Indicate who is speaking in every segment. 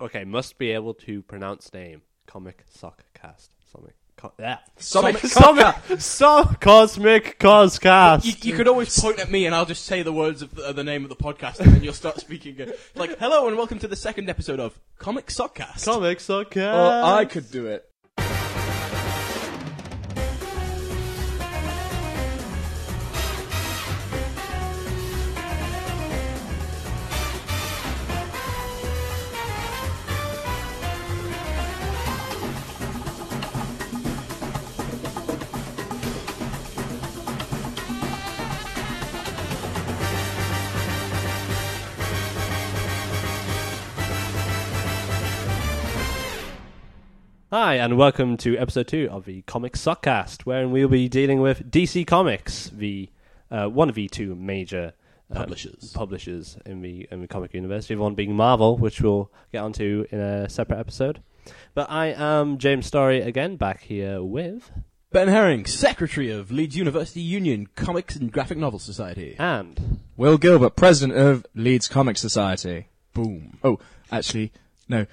Speaker 1: okay, must be able to pronounce name. Comic sock cast. Something. Co- yeah.
Speaker 2: Sonic
Speaker 1: Sonic, so cosmic coscast.
Speaker 2: You, you could always point at me, and I'll just say the words of the, uh, the name of the podcast, and then you'll start speaking. uh, Like, hello, and welcome to the second episode of Comic Sockcast.
Speaker 1: comic sockcast.
Speaker 3: Oh, I could do it.
Speaker 1: Hi, and welcome to episode two of the Comic Sockcast, wherein we'll be dealing with DC Comics, the uh, one of the two major uh,
Speaker 2: Publishers.
Speaker 1: publishers in the in the comic universe. The other one being Marvel, which we'll get onto in a separate episode. But I am James Story again, back here with
Speaker 2: Ben Herring, Secretary of Leeds University Union Comics and Graphic Novel Society.
Speaker 1: and
Speaker 3: Will Gilbert, president of Leeds Comic Society.
Speaker 2: Boom.
Speaker 3: Oh, actually, no,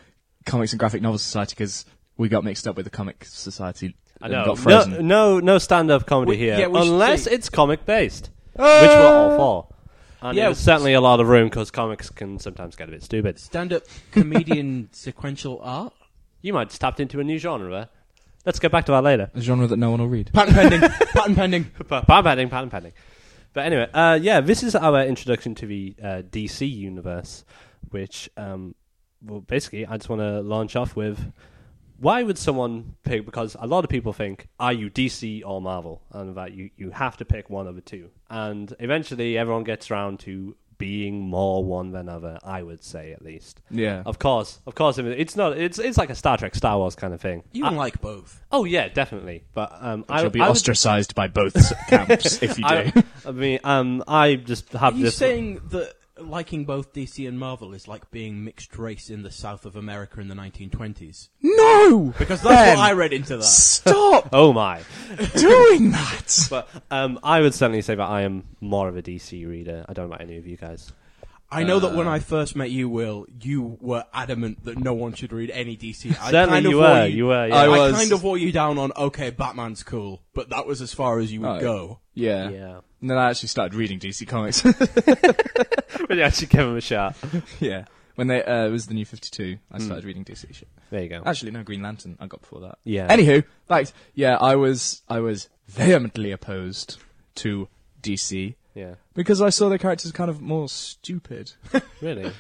Speaker 3: Comics and Graphic Novel Society because we got mixed up with the Comic Society.
Speaker 1: I
Speaker 3: and
Speaker 1: know
Speaker 3: got
Speaker 1: no
Speaker 3: frozen.
Speaker 1: no no stand up comedy
Speaker 2: We-
Speaker 1: here
Speaker 2: yeah, we should
Speaker 1: unless
Speaker 2: say-
Speaker 1: it's comic based, which we're all for. And
Speaker 2: Yeah,
Speaker 1: there's certainly a lot of room because comics can sometimes get a bit stupid.
Speaker 2: Stand up comedian sequential art?
Speaker 1: You might have just tapped into a new genre. Let's get back to that later.
Speaker 3: A genre that no one will read.
Speaker 2: Patent pending. patent pending.
Speaker 1: pattern pending, pattern pending. But anyway, uh, yeah, this is our introduction to the uh, DC universe, which, um, well, basically, I just want to launch off with why would someone pick? Because a lot of people think, are you DC or Marvel? And that you, you have to pick one of the two. And eventually, everyone gets around to being more one than other, I would say, at least.
Speaker 3: Yeah.
Speaker 1: Of course, of course. I mean, It's not. It's it's like a Star Trek, Star Wars kind of thing.
Speaker 2: You
Speaker 1: I-
Speaker 2: can like both.
Speaker 1: Oh yeah, definitely. But um, I,
Speaker 3: You'll be
Speaker 1: I would-
Speaker 3: ostracized by both camps if you do.
Speaker 1: I, I mean, um, I just have
Speaker 2: Are you
Speaker 1: this.
Speaker 2: saying that liking both DC and Marvel is like being mixed race in the South of America in the 1920s?
Speaker 3: no!
Speaker 2: Because that's
Speaker 3: Ben,
Speaker 2: what I read into that.
Speaker 3: Stop
Speaker 1: Oh my!
Speaker 3: doing that!
Speaker 1: But um, I would certainly say that I am more of a DC reader. I don't know about any of you guys.
Speaker 2: I know that when
Speaker 1: Uh.
Speaker 2: I first met you, Will, you were adamant that no one should read any DC. I
Speaker 1: certainly,
Speaker 2: kind of
Speaker 1: you
Speaker 2: wore
Speaker 1: were, you, were. Yeah.
Speaker 3: I
Speaker 2: I,
Speaker 3: was-
Speaker 2: kind of wore you down on okay, Batman's cool, but that was as far as you would
Speaker 3: Oh.
Speaker 2: go.
Speaker 3: Yeah.
Speaker 1: yeah.
Speaker 3: And then I actually started reading DC Comics.
Speaker 1: Really, I should give him a shot.
Speaker 3: yeah. When they, uh, it was the new 52, I started reading DC shit.
Speaker 1: There you go.
Speaker 3: Actually, no, Green Lantern I got before that.
Speaker 1: Yeah.
Speaker 3: Anywho, fact, yeah, I was, I was vehemently opposed to DC
Speaker 1: yeah.
Speaker 3: because I saw their characters kind of more stupid.
Speaker 1: Really.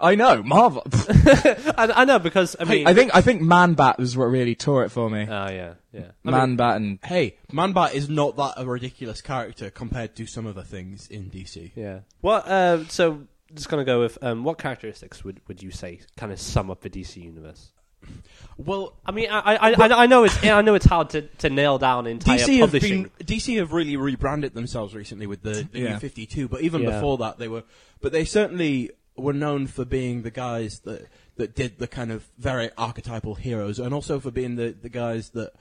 Speaker 3: I know, Marvel.
Speaker 1: I, I know because I mean.
Speaker 3: I think, I think Man Bat was what really tore it for me.
Speaker 1: Oh yeah, yeah. I
Speaker 3: Man
Speaker 1: mean,
Speaker 3: Bat and
Speaker 2: Hey, Manbat is not that a ridiculous character compared to some other things in DC.
Speaker 1: yeah. What? Uh, so just gonna go with um, what characteristics would would you say kind of sum up the DC universe?
Speaker 2: Well,
Speaker 1: I mean, I I, I, I know it's I know it's hard to, to nail down entire
Speaker 2: DC have
Speaker 1: publishing.
Speaker 2: been DC have really rebranded themselves recently with the, the
Speaker 3: Yeah.
Speaker 2: New Fifty Two, but even
Speaker 1: Yeah.
Speaker 2: before that, they were. But they certainly were known for being the guys that that did the kind of very archetypal heroes, and also for being the the guys that.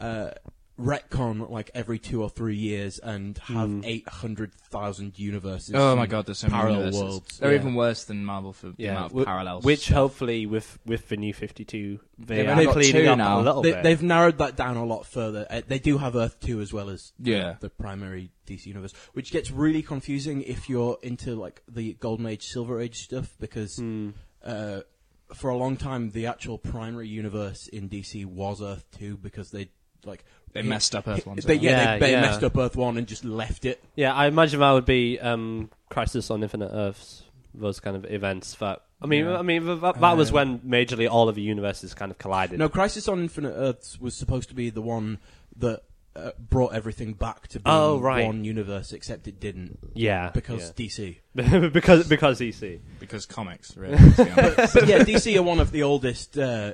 Speaker 2: Uh, retcon like every two or three years and have
Speaker 1: Mm.
Speaker 2: 800,000 universes.
Speaker 3: Oh my
Speaker 2: and
Speaker 3: god, there's so many
Speaker 2: parallel
Speaker 3: universes.
Speaker 2: worlds.
Speaker 3: They're
Speaker 1: Yeah.
Speaker 3: even worse than Marvel for the amount of
Speaker 1: w-
Speaker 3: parallels.
Speaker 1: Which hopefully with with the new Fifty Two, they
Speaker 3: They've
Speaker 1: are
Speaker 3: only got
Speaker 1: cleaning
Speaker 3: two
Speaker 1: up a
Speaker 3: now.
Speaker 1: little
Speaker 2: They,
Speaker 1: bit.
Speaker 2: They've narrowed that down a lot further. Uh, they do have Earth 2 as well as
Speaker 3: Yeah.
Speaker 2: the primary DC universe, which gets really confusing if you're into like the Golden Age, Silver Age stuff because
Speaker 1: Hmm.
Speaker 2: uh, for a long time the actual primary universe in DC was Earth 2 because they like
Speaker 3: They messed up Earth 1,
Speaker 2: They,
Speaker 3: so-
Speaker 2: yeah,
Speaker 1: Yeah,
Speaker 2: they, they
Speaker 1: yeah.
Speaker 2: messed up Earth 1 and just left it.
Speaker 1: yeah, I imagine that would be um, Crisis on Infinite Earths, those kind of events. That I mean,
Speaker 3: Yeah. Uh,
Speaker 1: I mean that, that was when majorly all of the universes kind of collided.
Speaker 2: No, Crisis on Infinite Earths was supposed to be the one that uh, brought everything back to being
Speaker 1: Oh, right.
Speaker 2: one universe, except it didn't
Speaker 1: yeah,
Speaker 2: because DC.
Speaker 1: yeah. because because E DC.
Speaker 3: because comics, really. to be honest.
Speaker 2: But yeah, DC are one of the oldest uh,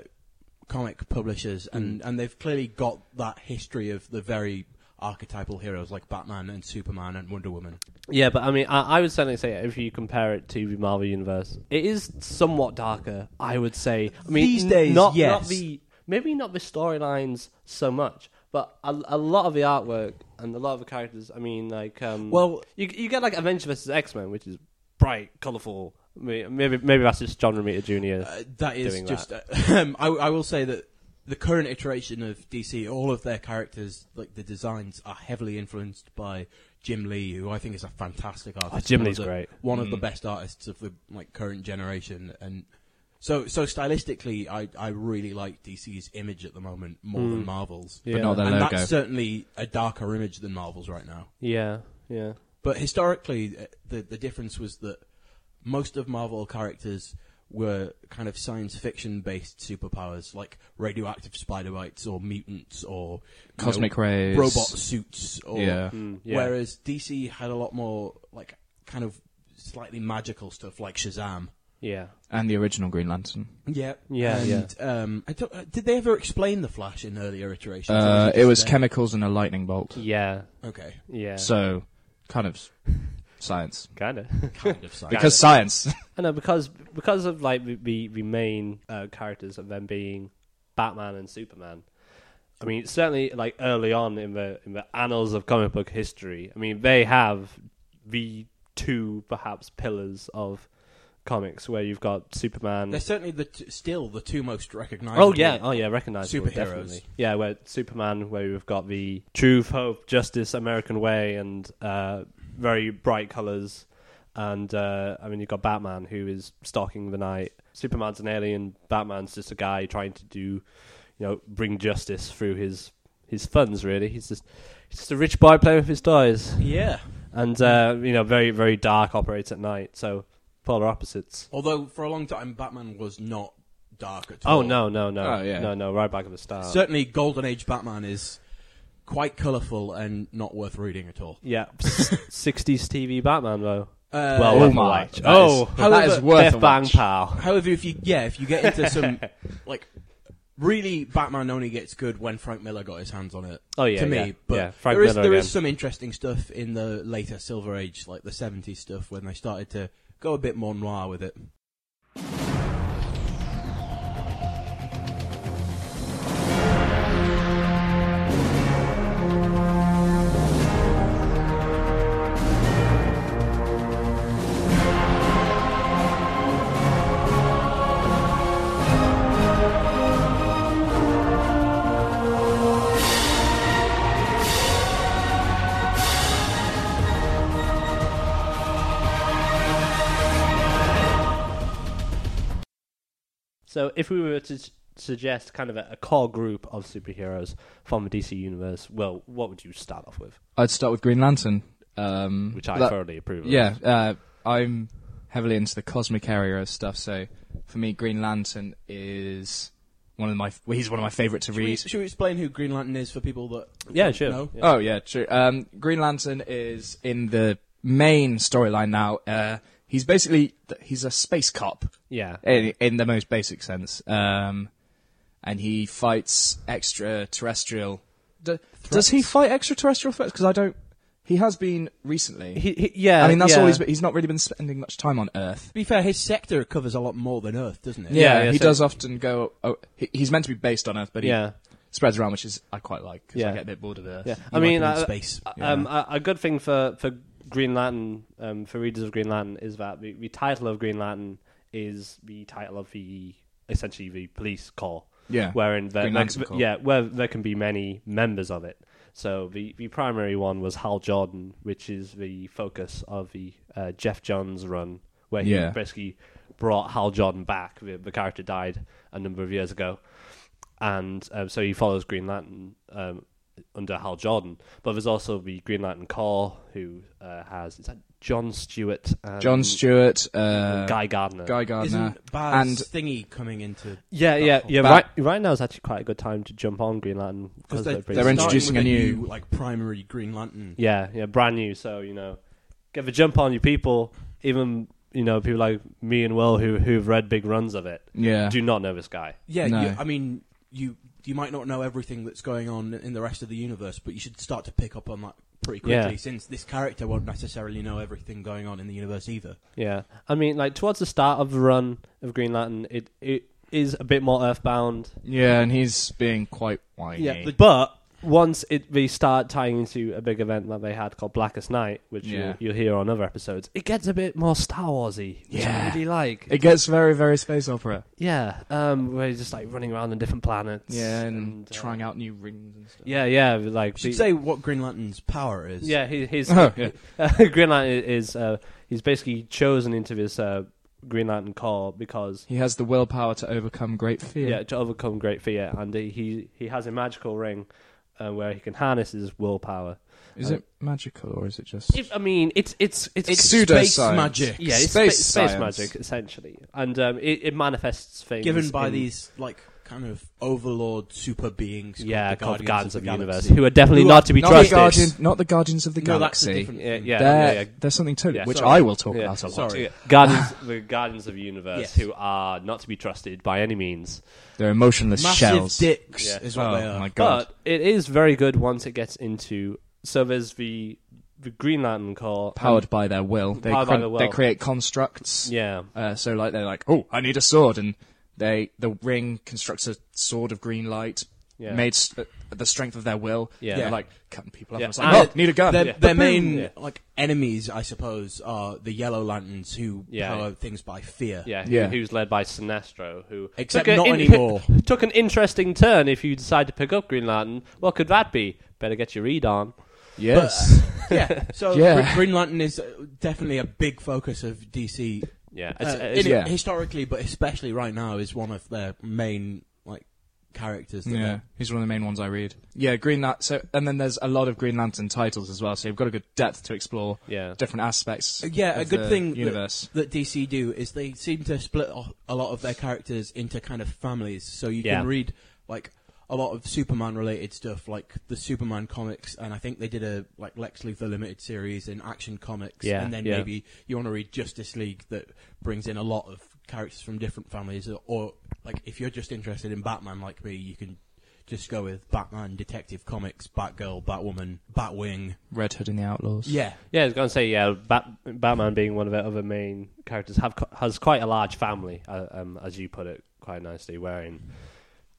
Speaker 2: comic publishers, and, and they've clearly got that history of the very archetypal heroes like Batman and Superman and Wonder Woman.
Speaker 1: Yeah, but I mean, I, I would certainly say if you compare it to the Marvel universe, it is somewhat darker. I would say. I mean,
Speaker 2: These
Speaker 1: n-
Speaker 2: days,
Speaker 1: not, not
Speaker 2: yes.
Speaker 1: the maybe not the storylines so much, but a, a lot of the artwork and a lot of the characters. I mean, like, um,
Speaker 2: Well-
Speaker 1: you you get like Avengers versus X Men, which is bright, colorful, May- Maybe maybe that's just John Romita Jr.
Speaker 2: Uh, that is
Speaker 1: doing
Speaker 2: just. uh, um, I, I will say that the current iteration of DC, all of their characters, like the designs, are heavily influenced by Jim Lee, who I think is a fantastic artist.
Speaker 1: oh, Jim
Speaker 2: One of
Speaker 1: Lee's
Speaker 2: the-
Speaker 1: great.
Speaker 2: One of the
Speaker 3: Mm.
Speaker 2: best artists of the like current generation, and so so stylistically, I I really like DC's image at the moment more than
Speaker 1: Mm.
Speaker 2: Marvel's.
Speaker 1: Yeah.
Speaker 3: not The that-
Speaker 2: and
Speaker 3: logo.
Speaker 2: that's certainly a darker image than Marvel's right now.
Speaker 1: yeah, yeah.
Speaker 2: But historically, uh, the the difference was that most of Marvel characters were kind of science fiction based superpowers, like radioactive spider bites or mutants or you know,
Speaker 3: Cosmic rays.
Speaker 2: robot suits. Or,
Speaker 3: Yeah.
Speaker 1: Mm, yeah.
Speaker 2: Whereas DC had a lot more like kind of slightly magical stuff, like Shazam.
Speaker 1: yeah.
Speaker 3: And the original Green Lantern.
Speaker 2: Yeah,
Speaker 1: Yeah,
Speaker 2: and, Um, I don't, uh, did they ever explain the Flash in earlier iterations? or
Speaker 3: Uh, it
Speaker 2: just
Speaker 3: was
Speaker 2: there?
Speaker 3: chemicals and a lightning bolt.
Speaker 1: Yeah.
Speaker 2: okay,
Speaker 1: Yeah.
Speaker 3: So, kind of s- science.
Speaker 1: kind of.
Speaker 2: kind of science.
Speaker 3: Because science.
Speaker 1: I know because because of like the- the the main uh, characters of them being Batman and Superman. I mean, certainly like early on in the in the annals of comic book history. I mean, they have the two perhaps pillars of comics where you've got Superman.
Speaker 2: They're certainly the t- still the two most recognizable.
Speaker 1: Oh yeah, oh yeah, recognizable
Speaker 2: Superheroes.
Speaker 1: definitely. Yeah, where Superman, where we've got the truth, hope, justice, American way, and uh, very bright colors. And uh, I mean, you've got Batman who is stalking the night. Superman's an alien. Batman's just a guy trying to do, you know, bring justice through his his funds. Really, he's just he's just a rich boy playing with his toys,
Speaker 2: Yeah.
Speaker 1: and uh, you know, very very dark. Operates at night, so polar opposites.
Speaker 2: Although for a long time, Batman was not dark at all.
Speaker 1: Oh no no no
Speaker 3: Oh, yeah.
Speaker 1: no no! Right back at the start.
Speaker 2: Certainly, Golden Age Batman is quite colourful and not worth reading at all.
Speaker 1: Yeah, sixties TV Batman though.
Speaker 2: Uh,
Speaker 1: Well,
Speaker 3: oh
Speaker 1: worth a
Speaker 3: my!
Speaker 1: watch.
Speaker 3: that
Speaker 1: Oh,
Speaker 3: is- that
Speaker 2: however-
Speaker 3: is worth
Speaker 1: Death
Speaker 3: a
Speaker 1: Bang
Speaker 3: watch.
Speaker 1: Pow.
Speaker 2: however, if you yeah, if you get into some like really, Batman only gets good when Frank Miller got his hands on it.
Speaker 1: Oh yeah,
Speaker 2: to me,
Speaker 1: yeah,
Speaker 2: but
Speaker 1: yeah. Frank
Speaker 2: there is
Speaker 1: Miller
Speaker 2: there
Speaker 1: again.
Speaker 2: is some interesting stuff in the later Silver Age, like the '70s stuff, when they started to go a bit more noir with it.
Speaker 1: So, if we were to s- suggest kind of a, a core group of superheroes from the DC universe, well, what would you start off with?
Speaker 3: I'd start with Green Lantern, um,
Speaker 1: Which I
Speaker 3: that-
Speaker 1: thoroughly approve. of.
Speaker 3: Yeah, uh, I'm heavily into the cosmic area of stuff, so for me, Green Lantern is one of my. Well, he's one of my favourite to
Speaker 2: Should we,
Speaker 3: read.
Speaker 2: should we explain who Green Lantern is for people that
Speaker 1: yeah,
Speaker 2: don't
Speaker 1: sure.
Speaker 2: know?
Speaker 1: Yeah.
Speaker 3: Oh yeah, true. Um, Green Lantern is in the main storyline now. Uh, he's basically he's a space cop
Speaker 1: yeah,
Speaker 3: in, in the most basic sense, um, and he fights extraterrestrial. D- does he fight extraterrestrial threats? Because I don't. He has been recently.
Speaker 1: He- he- yeah.
Speaker 3: I mean, that's
Speaker 1: yeah.
Speaker 3: all he's. been- He's not really been spending much time on Earth.
Speaker 2: To be fair, his sector covers a lot more than Earth, doesn't it?
Speaker 3: Yeah,
Speaker 1: Yeah, yeah,
Speaker 3: he
Speaker 1: so-
Speaker 3: does often go. Oh, he, he's meant to be based on Earth, but he
Speaker 1: Yeah,
Speaker 3: spreads around, which is I quite like because I
Speaker 1: Yeah.
Speaker 3: get a bit bored of Earth.
Speaker 1: yeah.
Speaker 2: You
Speaker 1: I
Speaker 2: like
Speaker 1: mean,
Speaker 2: him in
Speaker 1: I-
Speaker 2: space.
Speaker 1: Um, a, a good thing for for Green Lantern, um, for readers of Green Lantern, is that the, the title of Green Lantern is the title of the essentially the police corps.
Speaker 3: Yeah.
Speaker 1: Wherein there,
Speaker 3: Green
Speaker 1: there-
Speaker 3: Lantern Corps.
Speaker 1: yeah, where there can be many members of it. So the, the primary one was Hal Jordan, which is the focus of the uh, Jeff Johns run, where he
Speaker 3: Yeah.
Speaker 1: basically brought Hal Jordan back. The, the character died a number of years ago, and um, so he follows Green Lantern um, under Hal Jordan. But there's also the Green Lantern Corps, who uh, has is that John Stewart, and
Speaker 3: John Stewart, uh,
Speaker 1: and um, Guy Gardner,
Speaker 3: Guy Gardner,
Speaker 2: Isn't Baz
Speaker 3: and
Speaker 2: Thingy coming into?
Speaker 1: yeah,
Speaker 2: that
Speaker 1: yeah,
Speaker 2: whole-
Speaker 1: yeah.
Speaker 3: Oh, But-
Speaker 1: Right, right now is actually quite a good time to jump on Green Lantern because
Speaker 2: they-
Speaker 1: they're, pretty
Speaker 3: they're
Speaker 1: soon.
Speaker 2: starting
Speaker 3: introducing
Speaker 2: with
Speaker 3: a new-
Speaker 2: like primary Green Lantern.
Speaker 1: Yeah, yeah, brand new. So you know, get the jump on you people. Even you know people like me and Will who who've read big runs of it
Speaker 3: yeah,
Speaker 1: do not know this guy.
Speaker 2: Yeah,
Speaker 3: No.
Speaker 2: you, I mean, you you might not know everything that's going on in the rest of the universe, but you should start to pick up on that pretty quickly,
Speaker 1: Yeah.
Speaker 2: since this character won't necessarily know everything going on in the universe either.
Speaker 1: Yeah, I mean, like towards the start of the run of Green Lantern, it it is a bit more Earthbound.
Speaker 3: yeah, and he's being quite whiny.
Speaker 1: but once it they start tying into a big event that they had called Blackest Night, which
Speaker 3: Yeah.
Speaker 1: you'll, you'll hear on other episodes, it gets a bit more Star Warsy, which I
Speaker 3: Yeah.
Speaker 1: really like.
Speaker 3: It gets very, very space opera.
Speaker 1: yeah, um, where you're just like running around on different planets,
Speaker 3: Yeah, and,
Speaker 1: uh,
Speaker 3: trying out new rings and stuff.
Speaker 1: Yeah, yeah, like
Speaker 2: should
Speaker 1: the-
Speaker 2: say what Green Lantern's power is.
Speaker 1: yeah, he, he's
Speaker 3: yeah.
Speaker 1: uh, Green Lantern is uh, he's basically chosen into this uh, Green Lantern Corps because
Speaker 3: He has the willpower to overcome great fear.
Speaker 1: yeah, to overcome great fear, and he he has a magical ring uh, where he can harness his willpower.
Speaker 3: Is it magical or is it just?
Speaker 1: Uh, If, I mean, it's it's it's,
Speaker 2: It's
Speaker 3: Pseudoscience.
Speaker 2: space magic.
Speaker 1: yeah, it's
Speaker 3: space
Speaker 1: space, space
Speaker 3: science.
Speaker 1: magic essentially, and um, it, it manifests things
Speaker 2: Given by
Speaker 1: in-
Speaker 2: these like kind of overlord super beings. called
Speaker 1: yeah
Speaker 2: the
Speaker 1: called Guardians
Speaker 2: Guardians,
Speaker 1: of the Universe,
Speaker 2: Galaxy.
Speaker 1: who are definitely
Speaker 2: Who
Speaker 1: not
Speaker 2: are
Speaker 1: to be
Speaker 3: not
Speaker 1: trusted.
Speaker 3: the Guardian, not the Guardians of the
Speaker 2: No, that's
Speaker 3: Galaxy.
Speaker 2: a different.
Speaker 1: Yeah, yeah,
Speaker 3: They're,
Speaker 1: yeah, yeah.
Speaker 3: there's something totally,
Speaker 1: Yeah,
Speaker 3: which
Speaker 1: sorry.
Speaker 3: I will talk
Speaker 1: Yeah,
Speaker 3: about a lot.
Speaker 2: sorry.
Speaker 1: Guardians, the Guardians of the Universe,
Speaker 2: Yes.
Speaker 1: who are not to be trusted by any means.
Speaker 3: They're emotionless
Speaker 2: Massive
Speaker 3: shells.
Speaker 2: dicks
Speaker 1: Yeah.
Speaker 2: is what they
Speaker 3: oh
Speaker 2: are.
Speaker 3: my god!
Speaker 1: But it is very good once it gets into. So there's the the Green Lantern Corps,
Speaker 3: Powered by their will, they,
Speaker 1: Powered by their
Speaker 3: they
Speaker 1: will.
Speaker 3: create constructs.
Speaker 1: and- yeah,
Speaker 3: Uh, so like they're like, oh, I need a sword, and they the ring constructs a sword of green light,
Speaker 1: Yeah.
Speaker 3: made s- uh, the strength of their will.
Speaker 1: Yeah.
Speaker 3: They're
Speaker 1: Yeah.
Speaker 3: like cutting people up.
Speaker 1: Yeah.
Speaker 3: And it's like,
Speaker 1: And
Speaker 3: oh, need a gun.
Speaker 2: Their,
Speaker 1: Yeah.
Speaker 2: their main
Speaker 1: Yeah.
Speaker 2: like enemies, I suppose, are the Yellow Lanterns who
Speaker 1: Yeah.
Speaker 2: power things by fear.
Speaker 1: yeah,
Speaker 3: Yeah.
Speaker 1: Who, who's led by Sinestro, who
Speaker 2: Except
Speaker 1: took a-
Speaker 2: not
Speaker 1: in-
Speaker 2: anymore.
Speaker 1: took an interesting turn. If you decide to pick up Green Lantern, what could that be? Better get your read on.
Speaker 3: Yes.
Speaker 2: uh, yeah. So
Speaker 3: Yeah.
Speaker 2: Gre- Green Lantern is uh, definitely a big focus of DC.
Speaker 1: Yeah,
Speaker 2: Uh,
Speaker 1: it's,
Speaker 2: in-
Speaker 1: it's,
Speaker 3: yeah.
Speaker 2: Historically, but especially right now, is one of their main like characters. That
Speaker 3: Yeah,
Speaker 2: yeah.
Speaker 3: he's one of the main ones I read. Yeah, Green Lantern. So, and then there's a lot of Green Lantern titles as well. So you've got a good depth to explore
Speaker 1: yeah,
Speaker 3: different aspects.
Speaker 2: Yeah, a
Speaker 3: of
Speaker 2: good
Speaker 3: the
Speaker 2: thing that-
Speaker 3: Universe.
Speaker 2: that DC do is they seem to split off a lot of their characters into kind of families. So you
Speaker 1: Yeah.
Speaker 2: can read like a lot of Superman related stuff, like the Superman comics, and I think they did a like Lex Luthor limited series in Action Comics,
Speaker 1: Yeah,
Speaker 2: and then
Speaker 1: yeah.
Speaker 2: maybe you want to read Justice League that brings in a lot of characters from different families, or, or like if you're just interested in Batman like me, you can. Just go with Batman, Detective Comics, Batgirl, Batwoman, Batwing.
Speaker 3: Red Hood and the Outlaws.
Speaker 2: Yeah,
Speaker 1: yeah. I was gonna say yeah. Bat- Batman being one of their other main characters have co- has quite a large family, uh, um, as you put it quite nicely. Wearing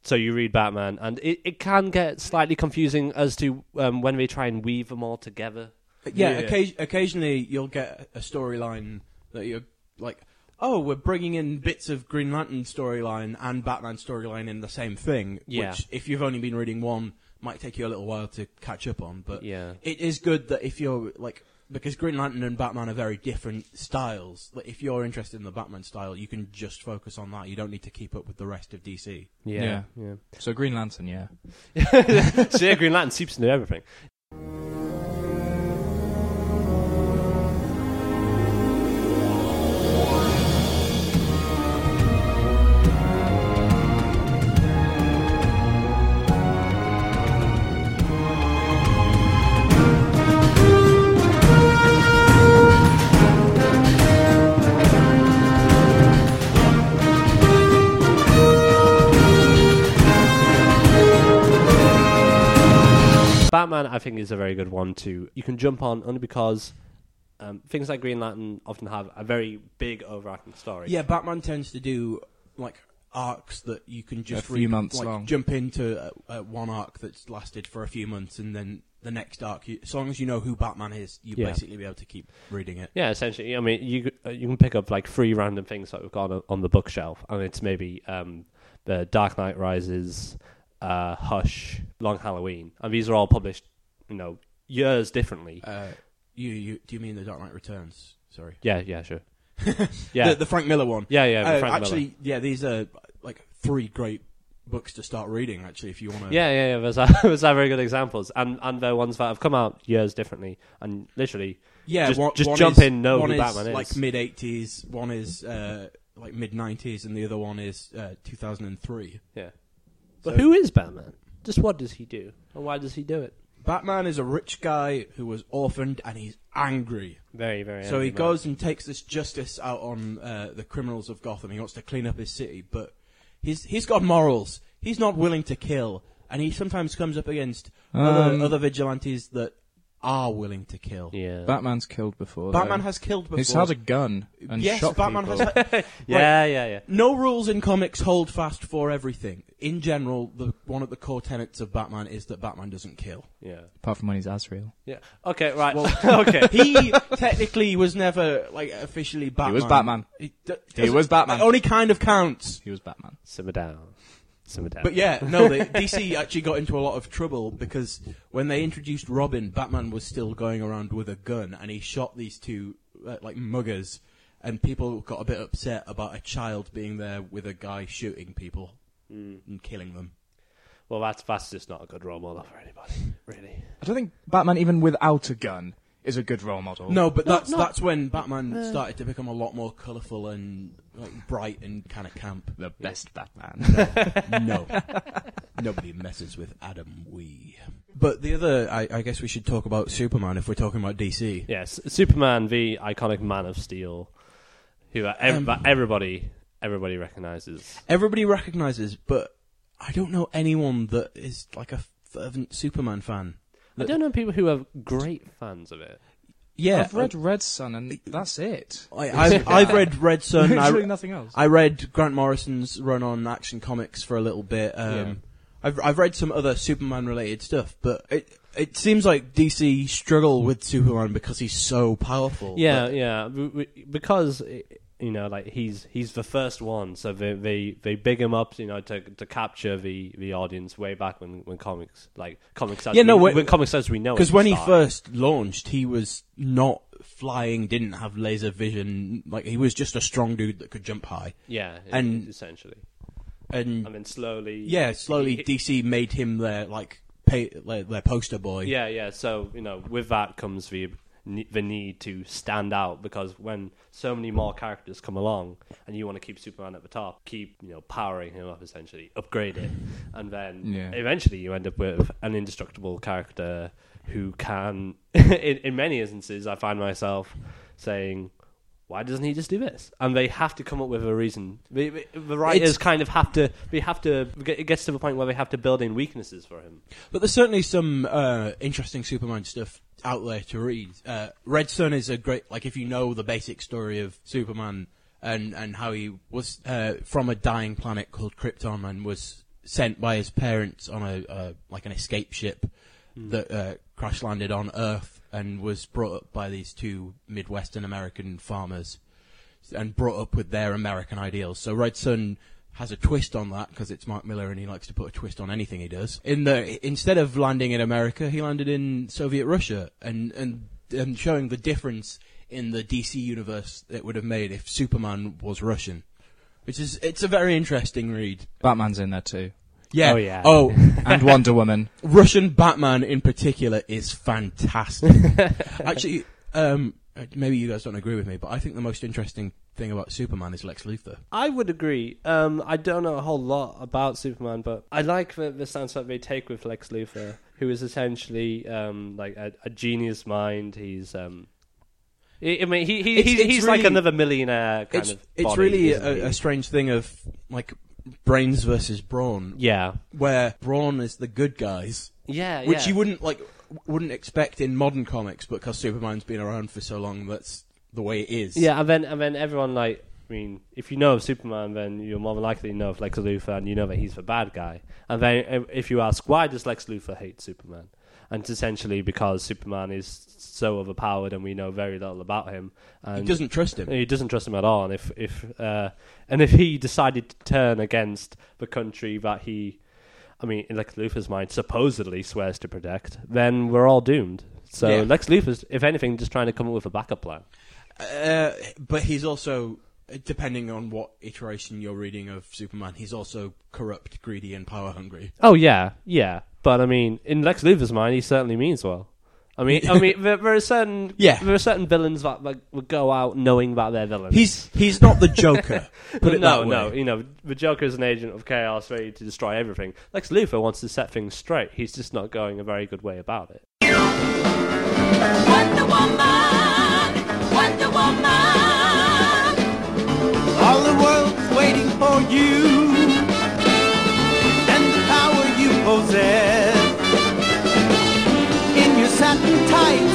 Speaker 1: so you read Batman, and it, it can get slightly confusing as to um, when they try and weave them all together.
Speaker 2: Yeah,
Speaker 1: Yeah.
Speaker 2: Occasion- occasionally you'll get a storyline that you're like, oh, we're bringing in bits of Green Lantern storyline and Batman storyline in the same thing.
Speaker 1: Yeah.
Speaker 2: Which, if you've only been reading one, might take you a little while to catch up on. But
Speaker 1: Yeah.
Speaker 2: it is good that if you're like, because Green Lantern and Batman are very different styles. Like, if you're interested in the Batman style, you can just focus on that. You don't need to keep up with the rest of DC.
Speaker 1: Yeah, yeah.
Speaker 3: So Green Lantern, yeah.
Speaker 1: so yeah, Green Lantern seeps into everything. Batman, I think, is a very good one to you can jump on only because um, things like Green Lantern often have a very big overarching story.
Speaker 2: Yeah, Batman tends to do like arcs that you can just
Speaker 3: A few
Speaker 2: read,
Speaker 3: months
Speaker 2: like,
Speaker 3: long.
Speaker 2: Jump into uh, uh, one arc that's lasted for a few months, and then the next arc. You, as long as you know who Batman is, you
Speaker 1: Yeah.
Speaker 2: basically be able to keep reading it.
Speaker 1: Yeah, essentially. I mean, you uh, you can pick up like three random things that we've got on, on the bookshelf, and it's maybe um, the Dark Knight Rises, uh, Hush, Long Halloween, and these are all published, you know, years differently.
Speaker 2: Uh, you, you do you mean the Dark Knight Returns? Sorry,
Speaker 1: yeah, yeah, sure. yeah,
Speaker 2: the, the Frank Miller one.
Speaker 1: yeah, yeah.
Speaker 2: Uh,
Speaker 1: with Frank Miller.
Speaker 2: actually, yeah, these are like three great books to start reading. Actually, if you want to,
Speaker 1: Yeah, yeah, yeah. Those are, those are very good examples, and and they're ones that have come out years differently, and literally,
Speaker 2: Yeah,
Speaker 1: Just-
Speaker 2: one,
Speaker 1: just
Speaker 2: one
Speaker 1: jump
Speaker 2: is,
Speaker 1: in, know
Speaker 2: one
Speaker 1: who
Speaker 2: is
Speaker 1: Batman is.
Speaker 2: Like mid '80s, one is uh, like mid '90s, and the other one is uh, 2003.
Speaker 1: yeah. But
Speaker 2: So-
Speaker 1: who is Batman? Just what does he do, and why does he do it?
Speaker 2: Batman is a rich guy who was orphaned, and he's angry.
Speaker 1: Very, very.
Speaker 2: so
Speaker 1: angry
Speaker 2: he
Speaker 1: man.
Speaker 2: goes and takes this justice out on uh, the criminals of Gotham. He wants to clean up his city, but he's he's got morals. He's not willing to kill, and he sometimes comes up against other,
Speaker 3: Um,
Speaker 2: other vigilantes that are willing to kill.
Speaker 1: Yeah.
Speaker 3: Batman's killed before.
Speaker 2: Batman
Speaker 3: though.
Speaker 2: has killed before.
Speaker 3: He's had a gun and
Speaker 2: yes,
Speaker 3: shot
Speaker 2: Batman
Speaker 3: people.
Speaker 2: has. Had,
Speaker 1: yeah, yeah, yeah.
Speaker 2: no rules in comics hold fast for everything. In general, the one of the core tenets of Batman is that Batman doesn't kill.
Speaker 1: Yeah.
Speaker 3: Apart from when he's Azrael.
Speaker 1: Yeah. Okay, right. okay.
Speaker 2: He technically was never like officially Batman.
Speaker 3: was Batman.
Speaker 2: He, d-
Speaker 3: He was Batman.
Speaker 2: It only kind of counts.
Speaker 3: He was Batman.
Speaker 1: Simmer down. Simmer down.
Speaker 2: But yeah, no, the, DC actually got into a lot of trouble because when they introduced Robin, Batman was still going around with a gun, and he shot these two uh, like muggers, and people got a bit upset about a child being there with a guy shooting people and killing them.
Speaker 1: Well, that's that's just not a good role model for anybody, really.
Speaker 3: I don't think Batman, even without a gun, is a good role model.
Speaker 2: No, but that's that's when Batman started to become a lot more colourful and like bright and kind of camp.
Speaker 3: The best Batman.
Speaker 2: No, nobody messes with Adam Wee. But the other, I, I guess we should talk about Superman if we're talking about DC.
Speaker 1: Yes, Superman v iconic Man of Steel, who uh, ev-
Speaker 2: Um,
Speaker 1: everybody everybody recognizes.
Speaker 2: everybody recognizes, but I don't know anyone that is like a fervent Superman fan.
Speaker 1: I don't know people who are great fans of it.
Speaker 2: Yeah,
Speaker 3: I've read Red Sun and that's it.
Speaker 2: I, have I've read Red Sun. I,
Speaker 3: Literally nothing else.
Speaker 2: I read Grant Morrison's run on Action Comics for a little bit. Um,
Speaker 1: Yeah.
Speaker 2: I've I've read some other Superman related stuff, but it it seems like DC struggle with Superman because he's so powerful.
Speaker 1: Yeah, yeah, w- w- because i- you know, like he's he's the first one, so they they, they big him up, you know, to to capture the, the audience way back when, when comics like comics as
Speaker 2: Yeah, no,
Speaker 1: we,
Speaker 2: when-
Speaker 1: when comics as we know it
Speaker 2: Because when he
Speaker 1: Oh, started.
Speaker 2: first launched, he was not flying, didn't have laser vision. Like he was just a strong dude that could jump high.
Speaker 1: yeah,
Speaker 2: and-
Speaker 1: and essentially,
Speaker 2: And
Speaker 1: and then slowly
Speaker 2: Yeah, slowly
Speaker 1: he-
Speaker 2: DC made him their like pay, their, their poster boy.
Speaker 1: Yeah, yeah. So you know, with that comes the ne- the need to stand out because when so many more characters come along, and you want to keep Superman at the top, keep you know powering him up essentially, upgrade it, and then
Speaker 3: Yeah.
Speaker 1: eventually you end up with an indestructible character who can, in, in many instances, I find myself saying. Why doesn't he just do this? And they have to come up with a reason. The, the- the writers kind of have to. They have to. It gets to the point where they have to build in weaknesses for him.
Speaker 2: But there's certainly some uh, interesting Superman stuff out there to read. Uh, Red Sun is a great like if you know the basic story of Superman and and how he was uh, from a dying planet called Krypton and was sent by his parents on a uh, like an escape ship that uh, crash landed on Earth and was brought up by these two Midwestern American farmers. and brought up with their American ideals. So Red Sun has a twist on that because it's Mark Miller and he likes to put a twist on anything he does. In the instead of landing in America, he landed in Soviet Russia and and and showing the difference in the DC universe it would have made if Superman was Russian. Which is it's a very interesting read.
Speaker 3: Batman's in there too.
Speaker 2: Yeah.
Speaker 1: Oh, yeah.
Speaker 2: Oh,
Speaker 3: And Wonder Woman.
Speaker 2: Russian Batman in particular is fantastic. Actually, um maybe you guys don't agree with me, but I think the most interesting thing about Superman is Lex Luthor.
Speaker 1: I would agree. Um, I don't know a whole lot about Superman, but I like the, the stance that they take with Lex Luthor, who is essentially um, like a, a genius mind. He's, um, I I mean, he, he,
Speaker 2: It's-
Speaker 1: he's,
Speaker 2: it's
Speaker 1: he's like
Speaker 2: really-
Speaker 1: another millionaire kind
Speaker 2: it's,
Speaker 1: of.
Speaker 2: it's
Speaker 1: body,
Speaker 2: really
Speaker 1: isn't he?
Speaker 2: a, a strange thing of like brains versus brawn
Speaker 1: yeah,
Speaker 2: where brawn is the good guys
Speaker 1: yeah,
Speaker 2: which
Speaker 1: yeah.
Speaker 2: you wouldn't like w- wouldn't expect in modern comics but because superman's been around for so long that's the way it is
Speaker 1: Yeah, and then and then everyone like, I mean, if you know of Superman, then you're more than likely to know of Lex Luthor, and you know that he's the bad guy. And then uh, if you ask why does Lex Luthor hate Superman, and it's essentially because Superman is so overpowered, and we know very little about him. And
Speaker 2: he doesn't trust him
Speaker 1: He doesn't trust him at all, and if if uh, and if he decided to turn against the country that he, I mean, in Lex Luthor's mind, supposedly swears to protect, then we're all doomed. So
Speaker 2: Yeah.
Speaker 1: Lex Luthor's, if anything, just trying to come up with a backup plan.
Speaker 2: uh, but he's also depending on what iteration you're reading of superman he's also corrupt greedy and power hungry
Speaker 1: Oh yeah, yeah. But I mean, in Lex Luthor's mind, he certainly means well. I mean, I mean, there, there are certain
Speaker 2: Yeah.
Speaker 1: there are certain villains that like, would go out knowing that they're villains.
Speaker 2: he's he's not the joker put it
Speaker 1: no,
Speaker 2: that way
Speaker 1: no. You know, the Joker is an agent of chaos, ready to destroy everything. Lex Luthor wants to set things straight. He's just not going a very good way about it.
Speaker 4: Wonder Woman, Wonder Woman.
Speaker 5: All the world's waiting for you and the power you possess. In your satin tight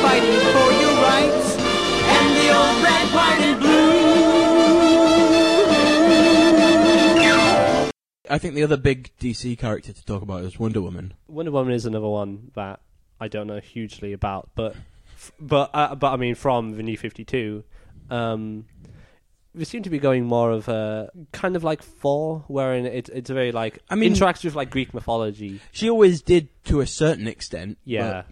Speaker 5: fighting for your rights and the old red, white, and blue.
Speaker 2: I think the other big DC character to talk about is Wonder Woman.
Speaker 1: Wonder Woman is another one that I don't know hugely about, but f- but uh, but I mean from the New Fifty Two, um, we seem to be going more of a kind of like four, wherein it's it's very like
Speaker 2: I mean-
Speaker 1: interacts with like Greek mythology.
Speaker 2: She always did to a certain extent.
Speaker 1: Yeah,
Speaker 2: but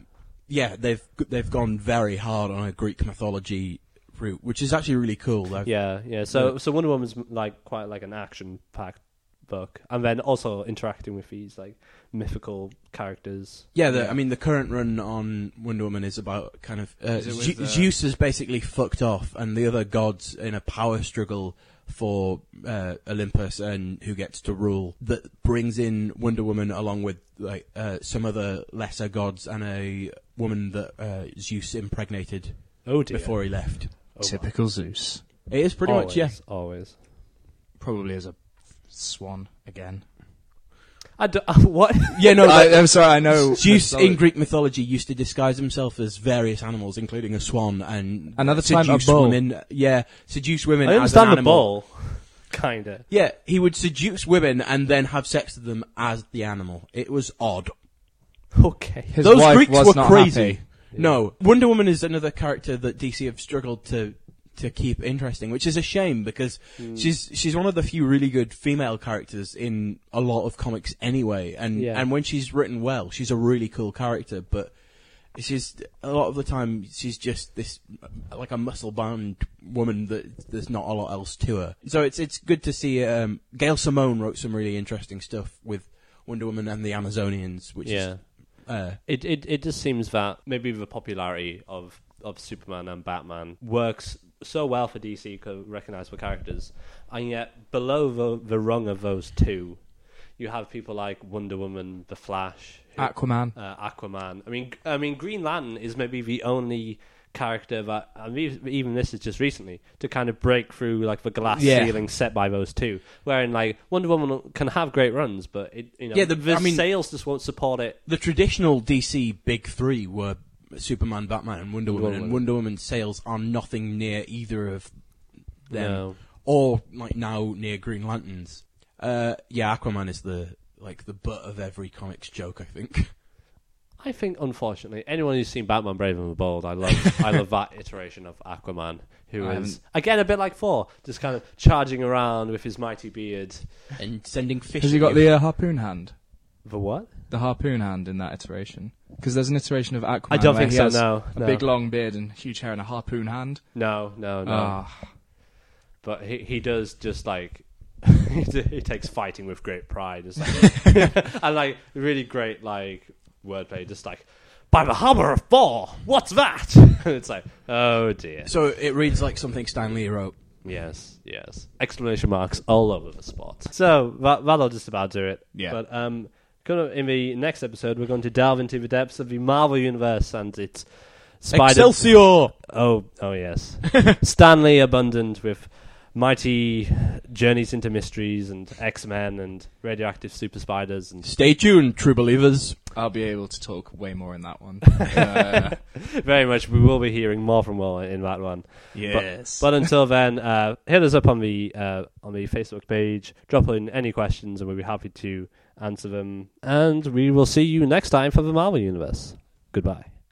Speaker 2: yeah, they've they've gone very hard on a Greek mythology route, which is actually really cool. Though.
Speaker 1: yeah, yeah. So so Wonder Woman's like quite like an action packed book, and then also interacting with these like mythical characters.
Speaker 2: Yeah, the, I mean the current run on Wonder Woman is about kind of uh,
Speaker 3: Is it with,
Speaker 2: Ze-
Speaker 3: uh,
Speaker 2: Zeus has basically fucked off, and the other gods in a power struggle for uh, Olympus and who gets to rule. That brings in Wonder Woman along with like uh, some other lesser gods and a woman that uh, Zeus impregnated
Speaker 1: Oh dear.
Speaker 2: before he left.
Speaker 3: Oh, Typical Zeus.
Speaker 2: It is pretty
Speaker 3: Oh,
Speaker 1: always,
Speaker 2: much yeah.
Speaker 1: always.
Speaker 3: Probably as a swan again.
Speaker 1: I do, what?
Speaker 2: Yeah, no,
Speaker 3: I,
Speaker 2: like,
Speaker 3: am sorry, I know.
Speaker 2: Zeus
Speaker 3: mythology-
Speaker 2: in Greek mythology used to disguise himself as various animals, including a swan, and
Speaker 3: Another time, a
Speaker 2: seduce
Speaker 3: bull.
Speaker 2: women. Yeah, seduce women.
Speaker 1: I
Speaker 2: as an
Speaker 1: understand the
Speaker 2: animal.
Speaker 1: ball, kinda.
Speaker 2: Yeah, he would seduce women and then have sex with them as the animal. It was odd.
Speaker 1: Okay.
Speaker 3: His
Speaker 2: Those
Speaker 3: wife
Speaker 2: Greeks
Speaker 3: was
Speaker 2: were
Speaker 3: not
Speaker 2: crazy.
Speaker 3: happy.
Speaker 2: No, Wonder Woman is another character that DC have struggled to to keep interesting, which is a shame because
Speaker 1: Hmm.
Speaker 2: she's she's one of the few really good female characters in a lot of comics anyway, and
Speaker 1: Yeah.
Speaker 2: and when she's written well, she's a really cool character, but. She's a lot of the time she's just this like a muscle bound woman that there's not a lot else to her. So it's it's good to see. Um, Gail Simone wrote some really interesting stuff with Wonder Woman and the Amazonians, which
Speaker 1: Yeah.
Speaker 2: is uh,
Speaker 1: It, it it just seems that maybe the popularity of of Superman and Batman works so well for DC co- recognizable characters, and yet below the the rung of those two, you have people like Wonder Woman, The Flash, who-
Speaker 3: Aquaman.
Speaker 1: uh, Aquaman. I mean, I mean, Green Lantern is maybe the only character that I mean, even this is just recently to kind of break through like the glass
Speaker 3: Yeah.
Speaker 1: ceiling set by those two. Wherein like Wonder Woman can have great runs, but it you know
Speaker 2: Yeah, the-
Speaker 1: the
Speaker 2: I mean-
Speaker 1: sales just won't support it
Speaker 2: the traditional DC big three were Superman, Batman, and Wonder Woman,
Speaker 1: Wonder
Speaker 2: and
Speaker 1: Woman.
Speaker 2: Wonder Woman sales are nothing near either of them,
Speaker 1: No.
Speaker 2: or like now near Green Lanterns. Uh, yeah, Aquaman is the like the butt of every comics joke, I think.
Speaker 1: I think, unfortunately, anyone who's seen Batman Brave and the Bold, I love, I love that iteration of Aquaman, who
Speaker 3: I
Speaker 1: is
Speaker 3: haven't-
Speaker 1: again a bit like Thor, just kind of charging around with his mighty beard.
Speaker 2: And sending fish.
Speaker 3: Has he
Speaker 2: at
Speaker 3: got
Speaker 2: you.
Speaker 3: the uh, harpoon hand?
Speaker 1: The what?
Speaker 3: The harpoon hand in that iteration? Because there's an iteration of Aquaman.
Speaker 1: I don't
Speaker 3: where
Speaker 1: think
Speaker 3: he
Speaker 1: so,
Speaker 3: has
Speaker 1: no,
Speaker 3: A
Speaker 1: no.
Speaker 3: big long beard and huge hair and a harpoon hand.
Speaker 1: No, no, no.
Speaker 3: Ah,
Speaker 1: But he he does just like he, d- he takes fighting with great pride, it's like, and like really great like wordplay, just like by the hammer of Thor. What's that? it's like oh dear.
Speaker 2: So it reads like something Stan Lee wrote.
Speaker 1: Yes, yes. Exclamation marks all over the spot. So that, that'll just about do it.
Speaker 3: Yeah.
Speaker 1: But um, coming up in the next episode, we're going to delve into the depths of the Marvel universe and its spider.
Speaker 2: Excelsior!
Speaker 1: Oh, oh yes. Stanley abundant with mighty journeys into mysteries and X Men and radioactive super spiders and
Speaker 2: Stay tuned, true believers.
Speaker 3: I'll be able to talk way more in that one. Uh,
Speaker 1: very much we will be hearing more from Will in that one.
Speaker 3: yes.
Speaker 1: But until then, uh, hit us up on the uh, on the Facebook page. Drop in any questions, and we'll be happy to answer them. And we will see you next time for the Marvel Universe. Goodbye.